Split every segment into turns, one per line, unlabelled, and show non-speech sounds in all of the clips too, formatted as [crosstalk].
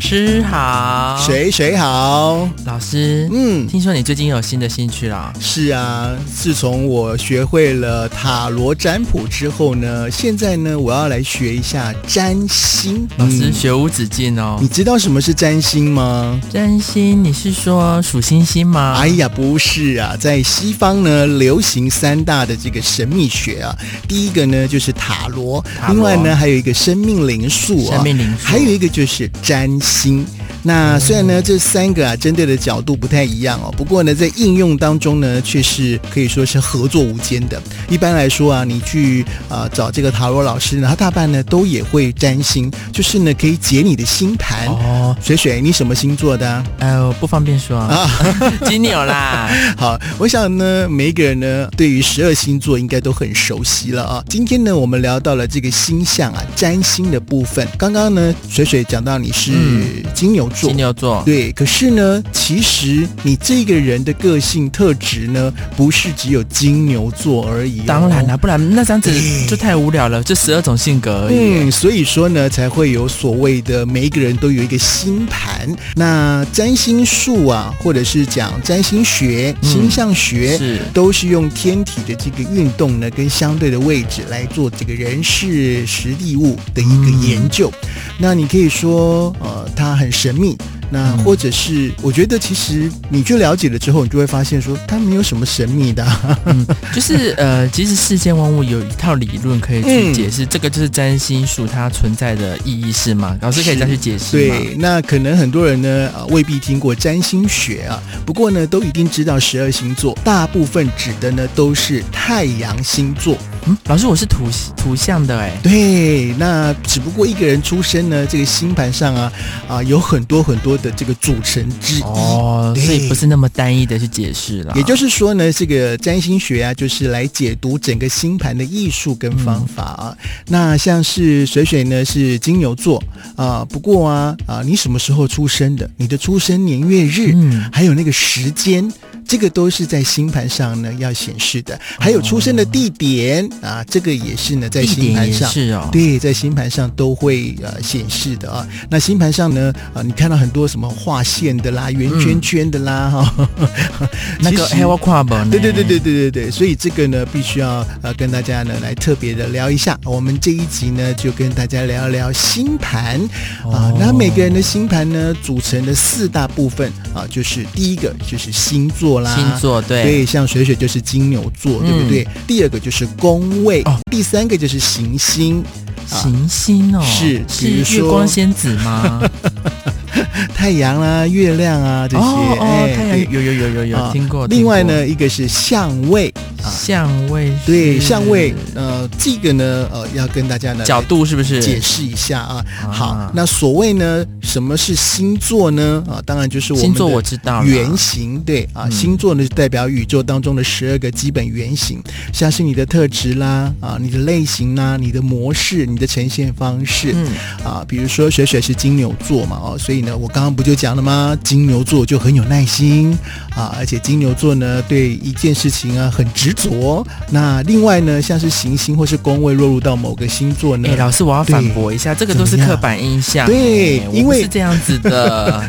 师好，
谁谁好？
老师，
嗯，
听说你最近有新的兴趣了，
是啊，自从我学会了塔罗占卜之后呢，现在呢，我要来学一下占星。
老师
嗯
学无止境哦
你。知道什么是占星吗？
占星，你是说数星星吗
哎？呀，不是啊，在西方呢，流行三大的这个神秘学啊，第一个呢就是塔罗，
塔罗
另外呢还有一个生命灵数啊，
生命灵数
还有一个就是占星。那虽然呢这三个啊针对的角度不太一样哦，不过呢在应用当中呢却是可以说是合作无间的。一般来说啊，你去啊、呃找这个塔罗老师呢，他大半呢都也会占星，就是呢可以解你的星盘。
哦，
水水，你什么星座的啊、
哎，我不方便说
啊
啊， [laughs] 金牛啦。
[laughs] 好，我想呢，每一个人呢，对于十二星座应该都很熟悉了啊。今天呢，我们聊到了这个星象啊，占星的部分。刚刚呢，水水讲到你是
嗯
金牛座。
金牛座，
对，可是呢，其实你这个人的个性特质呢，不是只有金牛座而已、哦嗯
当然
了。
啦，不然那这样子
对
就太无聊了，就十二种性格而已。
嗯，所以说呢，才会有所谓的每一个人都有一个星盘。那占星术啊，或者是讲占星学、
嗯
星象学，
是
都是用天体的这个运动呢，跟相对的位置来做这个人事实地物的一个研究。
嗯
那你可以说，呃，它很神秘。那
嗯
或者是，我觉得其实你去了解了之后，你就会发现说，它没有什么神秘的啊、
就是呃，其实世间万物有一套理论可以去
嗯
解释，这个就是占星术它存在的意义是吗？老师可以
是
再去解释吗？
对，那可能很多人呢，呃，未必听过占星学啊，不过呢，都一定知道十二星座，大部分指的呢都是太阳星座。
嗯，老师我是土土象的哎，
对，那只不过一个人出生呢，这个星盘上啊啊有很多很多的这个组成之一。
哦，
对
所以不是那啊么单一的去解释了。
也就是说呢，这个占星学啊，就是来解读整个星盘的艺术跟方法啊。
嗯
那像是水水呢是金牛座啊，不过啊啊，你什么时候出生的？你的出生年月日，
嗯，
还有那个时间，这个都是在星盘上呢要显示的。还有出生的地点、啊，这个也是呢在
地
星
点
盘
也
上。
是哦，
啊对，在星盘上都会呃显示的啊。那星盘上呢，呃，你看到很多什么画线的啦、圆圈圈的啦，哈、 [laughs]
那个
嗯其实
h e l Club 呢？
对对对对对对对，所以这个呢，必须要呃跟大家呢来特别的聊一下。我们这一集呢，就跟大家聊一聊星盘啊
哦。
那每个人的星盘呢，组成的四大部分啊，就是第一个就是星座啦，
星座对。
对，像水水就是金牛座，对不
嗯
对？第二个就是宫位，
哦
第三个就是行星，啊
行星哦，
是比如
是月
说
光仙子吗？
太阳啊、月亮啊 [laughs] 这些。
哦哦，
哎
太
对
阳有有有有
啊
有听过。
另外
听过嗯
呢，一个是相位，啊
相位是
对，相位，呃，这个呢，呃，要跟大家呢
角度是不是？
解释一下啊。
啊
好，那所谓呢，什么是星座呢？啊，当然就是我
星
们
座我
的
知道了
原型，对啊，
嗯
星座呢就代表宇宙当中的十二个基本原型，像是你的特质啦，啊，你的类型啦，你的模式，你的呈现方式，
嗯，
啊，比如说雪雪是金牛座嘛，哦，所以呢，我刚刚不就讲了吗？金牛座就很有耐心啊，而且金牛座呢对一件事情啊很执着。那另外呢，像是行星或是宫位落入到某个星座呢
哎、，老师，我要反驳一下，这个都是
怎么样
刻板印象。
对
哎我
因
不
为
是这样子
[laughs]
的。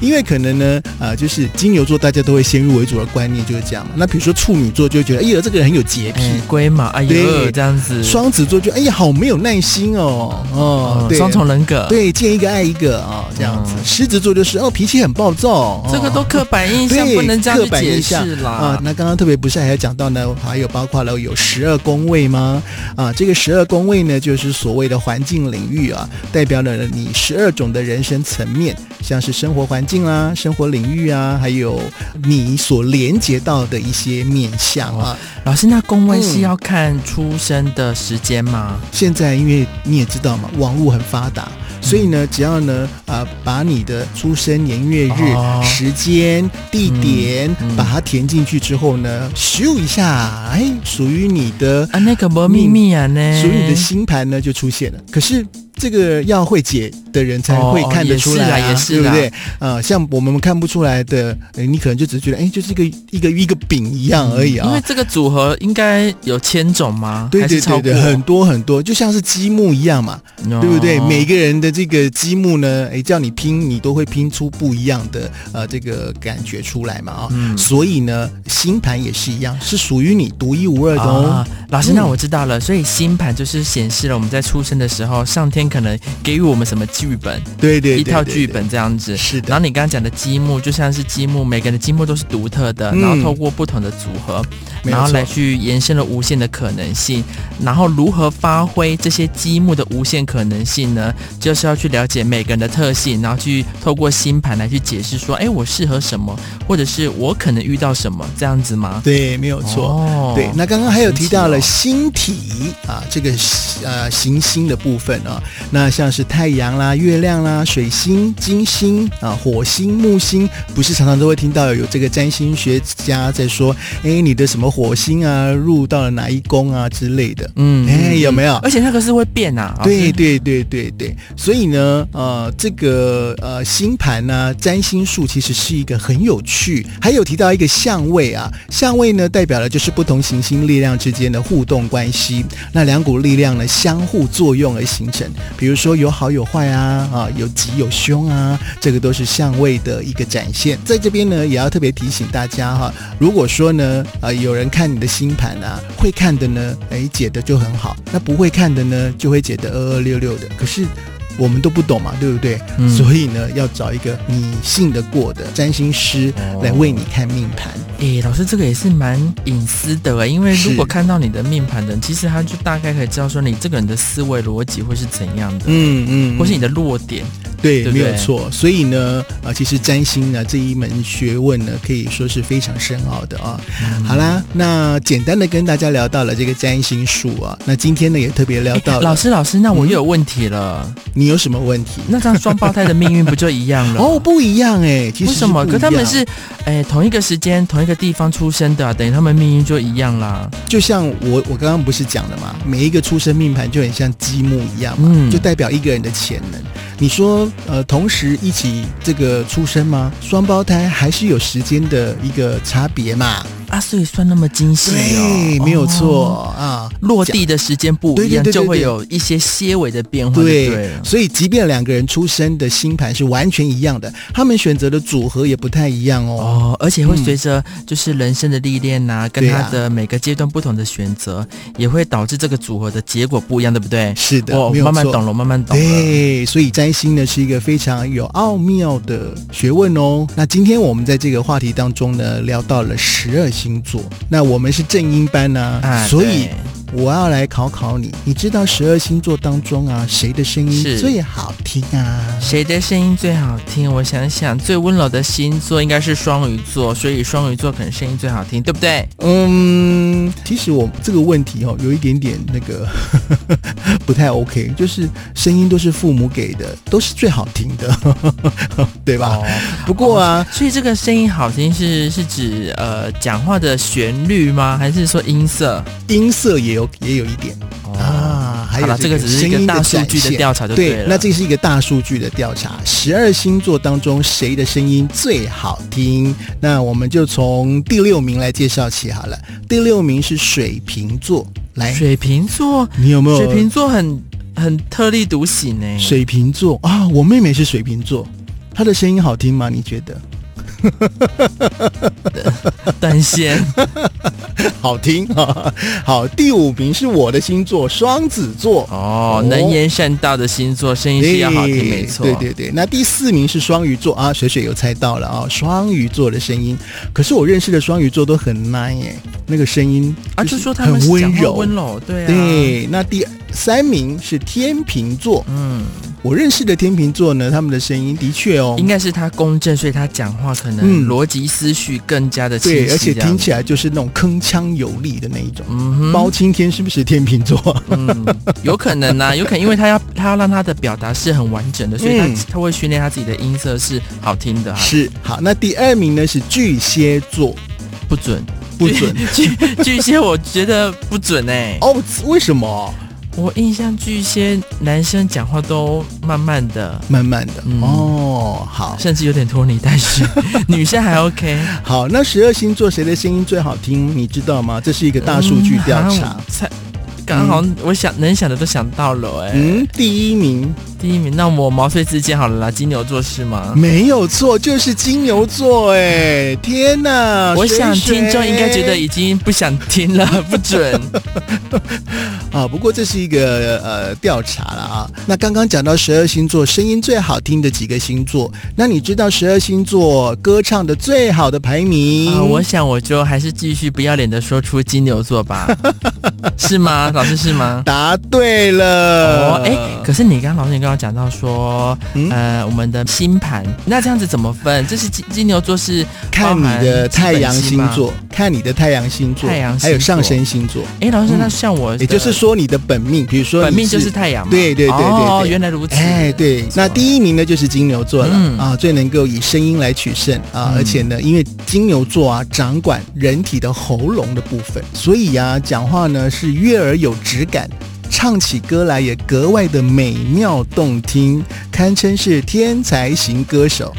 因为可能呢，啊，就是金牛座大家都会先入为主的观念就是这样嘛。那比如说处女座就会觉得，哎呀，这个人很有洁癖。
哎，龟嘛，哎呦，
对
这样子。
双子座就哎呀，好没有耐心哦，哦，
嗯
对，
双重人格。。
对，见一个爱一个啊、哦，这样子。
嗯
狮子座就是哦，脾气很暴躁，哦
这个都刻板印象，
对
不能这样
刻
去
板
解
印象
释啦。
啊，那刚刚特别不是还有讲到呢，还有包括了有十二宫位吗？啊，这个十二宫位呢，就是所谓的环境领域啊，代表了你十二种的人生层面，像是生活环境啦、生活领域啊，还有你所连接到的一些面向啊。
老师，那宫位是
嗯
要看出生的时间吗？
现在因为你也知道嘛，网络很发达，
嗯
所以呢，只要呢，啊，把你的出生年月日、
哦
时间、地点、
嗯嗯
把它填进去之后呢，咻一下，哎，属于你的、嗯
啊，那个没秘密啊呢。
属于你的星盘呢就出现了。可是这个要会解的人才会
哦
看得出来、啊
也是啦也是啦
对不对？啊，像我们看不出来的，呃你可能就只是觉得，哎，就是一个一个一个饼一样而已啊。
嗯因为这个组合应该有千种吗？
对
还是
对
超
对
过哦
对，很多很多，就像是积木一样嘛，对不对？每个人的这个积木呢，哎，叫你拼，你都会拼出不一样的呃这个感觉出来嘛啊、
嗯
所以呢，星盘也是一样，是属于你独一无二的哦。
啊，老师，那
嗯
我知道了。所以星盘就是显示了我们在出生的时候，上天可能给予我们什么剧本，
对对对
一套
对
剧
对
本这样子。
是的
然，后你刚刚讲的积木，就像是积木，每个人的积木都是独特的，
嗯
然后透过不同的组合，
没有
然后
错
来去延伸了无限的可能性。然后如何发挥这些积木的无限可能性呢？就是要去了解每个人的特性，然后去透过星盘来去解释说，哎，我适合什么，或者是我可能遇到什么这样子吗？
对，没有错。
哦
对，那刚刚还有提到了
神
星体、啊，这个呃行星的部分啊，那像是太阳啦、月亮啦、水星、金星啊、火星、木星，不是常常都会听到有这个占星学家在说，哎，你的什么火星啊入到了哪一宫啊之类的，
嗯
哎，有没有？
而且那个是会变啊，老
对
师，
对对对对，所以呢，呃，这个呃星盘呢、占星术其实是一个很有趣，还有提到一个相位啊，相位呢代表的就是不同行星力量之间的互动关系，那两股力量呢相互作用而形成，比如说有好有坏啊，啊有吉有凶啊，这个都是相位的一个展现。在这边呢，也要特别提醒大家哈、如果说呢，呃，有人看你的星盘啊，会看的呢，哎，解的就很好；那不会看的呢，就会解的二二六六的。可是我们都不懂嘛，对不对？
嗯
所以呢，要找一个你信得过的占星师
哦
来为你看命盘。
诶、老师，这个也是蛮隐私的诶，因为
是
如果看到你的命盘的人，其实他就大概可以知道说你这个人的思维逻辑会是怎样的，
嗯嗯
或是你的弱点。
对，
对不
没有
对
错。所以呢，啊，其实占星呢这一门学问呢，可以说是非常深奥的啊。
嗯
好啦，那简单的跟大家聊到了这个占星术啊，那今天呢也特别聊
诶
到了，
哎老师，老师，那我
嗯
又有问题了，
你有什么问题？
那这样双胞胎的命运不就一样了？
[laughs] 哦，不一样哎、其实
为
是
什么？
不一
可他们
样
是，诶、同一个时间、同一个地方出生的啊、等于他们命运就一样啦。
就像我我刚刚不是讲了嘛，每一个出生命盘就很像积木一样嘛，
嗯
就代表一个人的潜能。你说呃，同时一起这个出生吗？双胞胎还是有时间的一个差别嘛？
啊，所以算那么精细
对，
哦，
没有
哦
错、啊。
落地的时间不一
对对
样，
对对
就会有一些些微的变化就对
对
了，。
所以即便两个人出生的星盘是完全一样的，他们选择的组合也不太一样哦。
哦，而且会
嗯
随着就是人生的历练呐、跟
对啊
他的每个阶段不同的选择，也会导致这个组合的结果不一样，对不对？
是的，
哦我
没有
慢慢
错
懂了，慢慢懂了。
对，所以占星呢是一个非常有奥妙的学问哦。那今天我们在这个话题当中呢，聊到了十二星座。那我们是正音班呢、
啊
所以
对
我要来考考你，你知道十二星座当中啊，谁的声音
是
最好听啊？
谁的声音最好听？我想想，最温柔的星座应该是双鱼座，所以双鱼座可能声音最好听，对不对？
嗯，其实我这个问题哦，有一点点那个 [laughs] 不太 OK，就是声音都是父母给的，都是最好听的， [laughs] 对吧？
哦，
不过啊，
所以这个声音好听是是指呃讲话的旋律吗？还是说音色？
音色也有也有一点。
哦，
啊，还
好
有
了，这个只是
声
一个
音
大数
展
据的
现
调查就
对
了。
那这是一个大数据的调查，十二星座当中谁的声音最好听？那我们就从第六名来介绍起好了。第六名是水瓶座，来，
水瓶座
你有没有
水瓶座很很特立独行呢、欸
水瓶座啊？我妹妹是水瓶座，她的声音好听吗？你觉得？
断
[laughs]
线
[laughs] 好听 [laughs] 啊！好，第五名是我的星座双子座。
哦
哦，
能言善道的星座声音是要好听，没错，
对对对，那第四名是双鱼座啊，水水有猜到了啊、双鱼座的声音。可是我认识的双鱼座都很 nice，耶那个声音
啊，就是说他们
很
是
温
讲话
柔。
温柔，对啊，，
对，那第三名是天秤座，
嗯，
我认识的天秤座呢，他们的声音的确哦
应，该是他公正，所以他讲话可
嗯
能逻辑思绪更加的清晰，
对，而且
这样
听起来就是那种铿锵有力的那一种。
嗯哼，
包青天是不是天秤座？
嗯，有可能呐、 [laughs] 有可能，因为他要他要让他的表达是很完整的，所以他、
嗯
他会训练他自己的音色是好听的、啊，
[laughs] 是。好，那第二名呢是巨蟹座，
不准
不准 [laughs]
巨巨蟹，我觉得不准哎、
哦，为什么？
我印象巨蟹男生讲话都慢慢的，
慢慢的、
嗯
哦，好
甚至有点拖泥带
[laughs]
水，女生还 OK。
好，那十二星座谁的声音最好听？你知道吗？这是一个大数据调
嗯
查
好。才刚好我想、能想的都想到了、哎、
嗯，第一名
第一名，那我毛遂自荐好了啦，金牛座是吗？
没有错，就是金牛座。哎，天哪！
我想
水水
听众应该觉得已经不想听了，不准。
啊，不过这是一个呃调查了啊。那刚刚讲到十二星座声音最好听的几个星座，那你知道十二星座歌唱的最好的排名？
啊，我想我就还是继续不要脸的说出金牛座
[laughs]
吧，是吗？老师是吗？
答对了。
哦，哎、可是你刚刚老师你刚刚讲到说，
呃嗯
呃，我们的星盘，那这样子怎么分？这是金金牛座是
看你的太阳星
包含基本
座，看你的太阳星座，
太阳星座
还有上升星座，
哎、老师，
嗯
那像我的，
也就是说你的本命，比如说你
本命就是太阳嘛，
对对对对
哦，
对
原来如此，
哎，对，那第一名呢就是金牛座了、
嗯
啊，最能够以声音来取胜啊，
嗯
而且呢，因为金牛座啊掌管人体的喉咙的部分，所以啊，讲话呢是悦耳有质感。唱起歌来也格外的美妙动听，堪称是天才型歌手。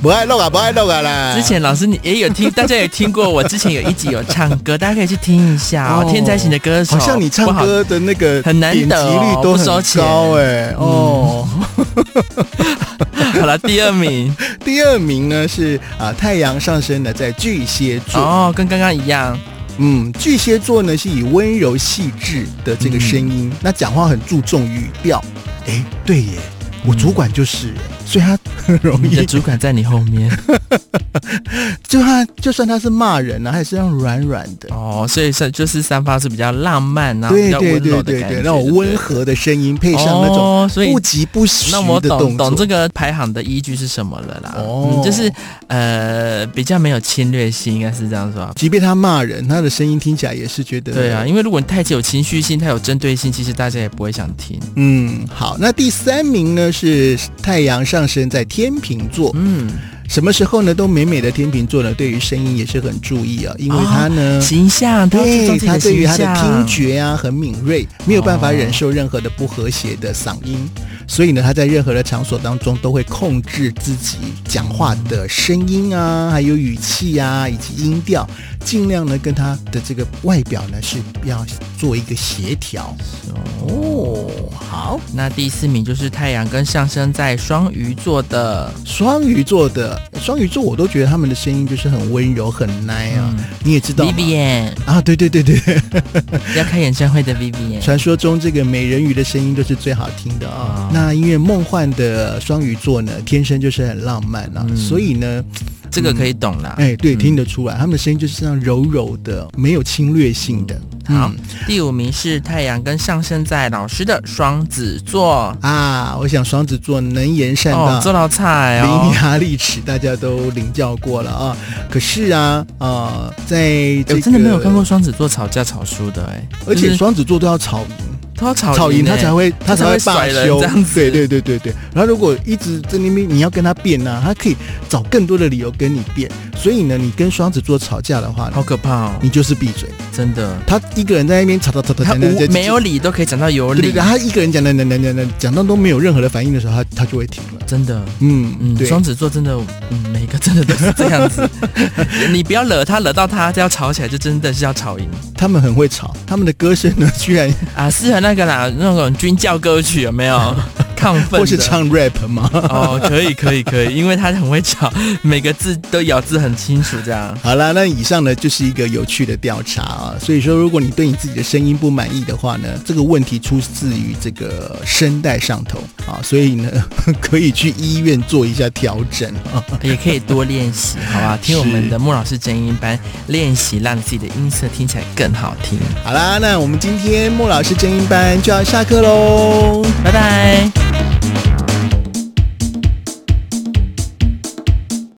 不爱弄啊，不爱弄啊啦！
之前老师你也有听，大家有听过我之前有一集有唱歌，大家可以去听一下哦。
哦
天才型的歌手，
好像你
不
唱
好
歌的那个
很难
点击
得哦
率都
不收
很
钱嗯
高哎、哦。
[laughs] 好了，第二
[laughs]
名
第二名呢是啊、太阳上升呢在巨蟹座。
哦，跟刚刚一
[laughs]
样，
嗯，巨蟹座呢是以温柔细致的这个声音，
嗯
那讲话很注重语调。哎，对耶，我主管就是耶，所以他 [laughs] 很容
嗯你的
易，
主管在你后面
就他就算他是骂人呢、啊，他也是要软软的。
哦，所以是就是散发出比较浪漫然后比
对
较
对
温柔
对
的
对
感觉，
对，那种
对不对
温和的声音配上那种
哦，所以
不疾不徐
那我
的
懂
动
懂这
作。
个排行的依据是什么了啦。
哦
嗯，就是呃比较没有侵略性，应该是这样说。
即便他骂人，他的声音听起来也是觉得
对啊，，因为如果你太有情绪性、太有针对性，其实大家也不会想听。
嗯，好，那第三名呢是太阳上升在天秤座，
嗯，
什么时候呢都美美的天秤座呢，对于声音也是很注意啊，因为他呢。
哦形象，他要注重自
对
己
他
的
对于
形
他的
象。
听觉啊很敏锐，没有办法
哦
忍受任何的不和谐的嗓音，所以呢，他在任何的场所当中都会控制自己讲话的声音啊，还有语气啊，以及音调，尽量呢跟他的这个外表呢是要做一个协调。哦，好，
那第四名就是太阳跟上升在双鱼座的，
双鱼座的双鱼座，我都觉得他们的声音就是很温柔，很 nice 啊。
嗯
你也知道吗
Vivian
啊，对对对对， [laughs]
要开演唱会的 Vivian，
传说中这个美人鱼的声音都是最好听的啊、
啊
那因为梦幻的双鱼座呢，天生就是很浪漫啊，
嗯
所以呢，
这个可以懂啦。
哎，对，
嗯
听得出来，他们的声音就是这样柔柔的，没有侵略性的。
好
嗯，
第五名是太阳跟上升在老师的双子座，
啊，我想双子座能言善道。
哦，做到菜
伶
哦。
牙俐齿，大家都领教过了啊。可是啊，啊，在
哎
这
我
个
真的没有看过，双子座吵架吵输的哎、
而
就
且
是
双子座都要吵赢，
他要吵
吵赢他
欸
才会
他
才
才会
罢
甩人
休
这样子
对对对对对。然后如果一直在那边你要跟他辩呢、他可以找更多的理由跟你辩。所以呢，你跟双子座吵架的话，
好可怕哦，
你就是闭嘴。
真的，
他一个人在那边吵吵吵吵
他
吵，
无没有理都可以讲到有
对对
理
对，，他一个人讲讲讲讲讲讲到都没有任何的反应的时候，他他就会停了。
真的。
嗯
嗯，
对。
双子座真的，嗯，每个真的都是这样
[laughs]
子。你不要惹他，惹到他，这要吵起来就真的是要吵赢
他们很会吵，他们的歌声呢，
[laughs]
居然
啊！适合那个啦，那种军教歌曲有没
[laughs]
有？亢奋的
或是唱 rap 吗？
哦，可以可以可以，因为他很会吵，每个字都咬字很清楚，这样。
好啦，那以上呢就是一个有趣的调查啊。所以说，如果你对你自己的声音不满意的话呢，这个问题出自于这个声带上头啊，所以呢 [laughs] 可以去医院做一下调整啊。
也可以多练习，好吧？听我们的穆老师真音班练习，让自己的音色听起来更好听。
好啦，那我们今天莫老师正音班就要下课喽。
拜拜。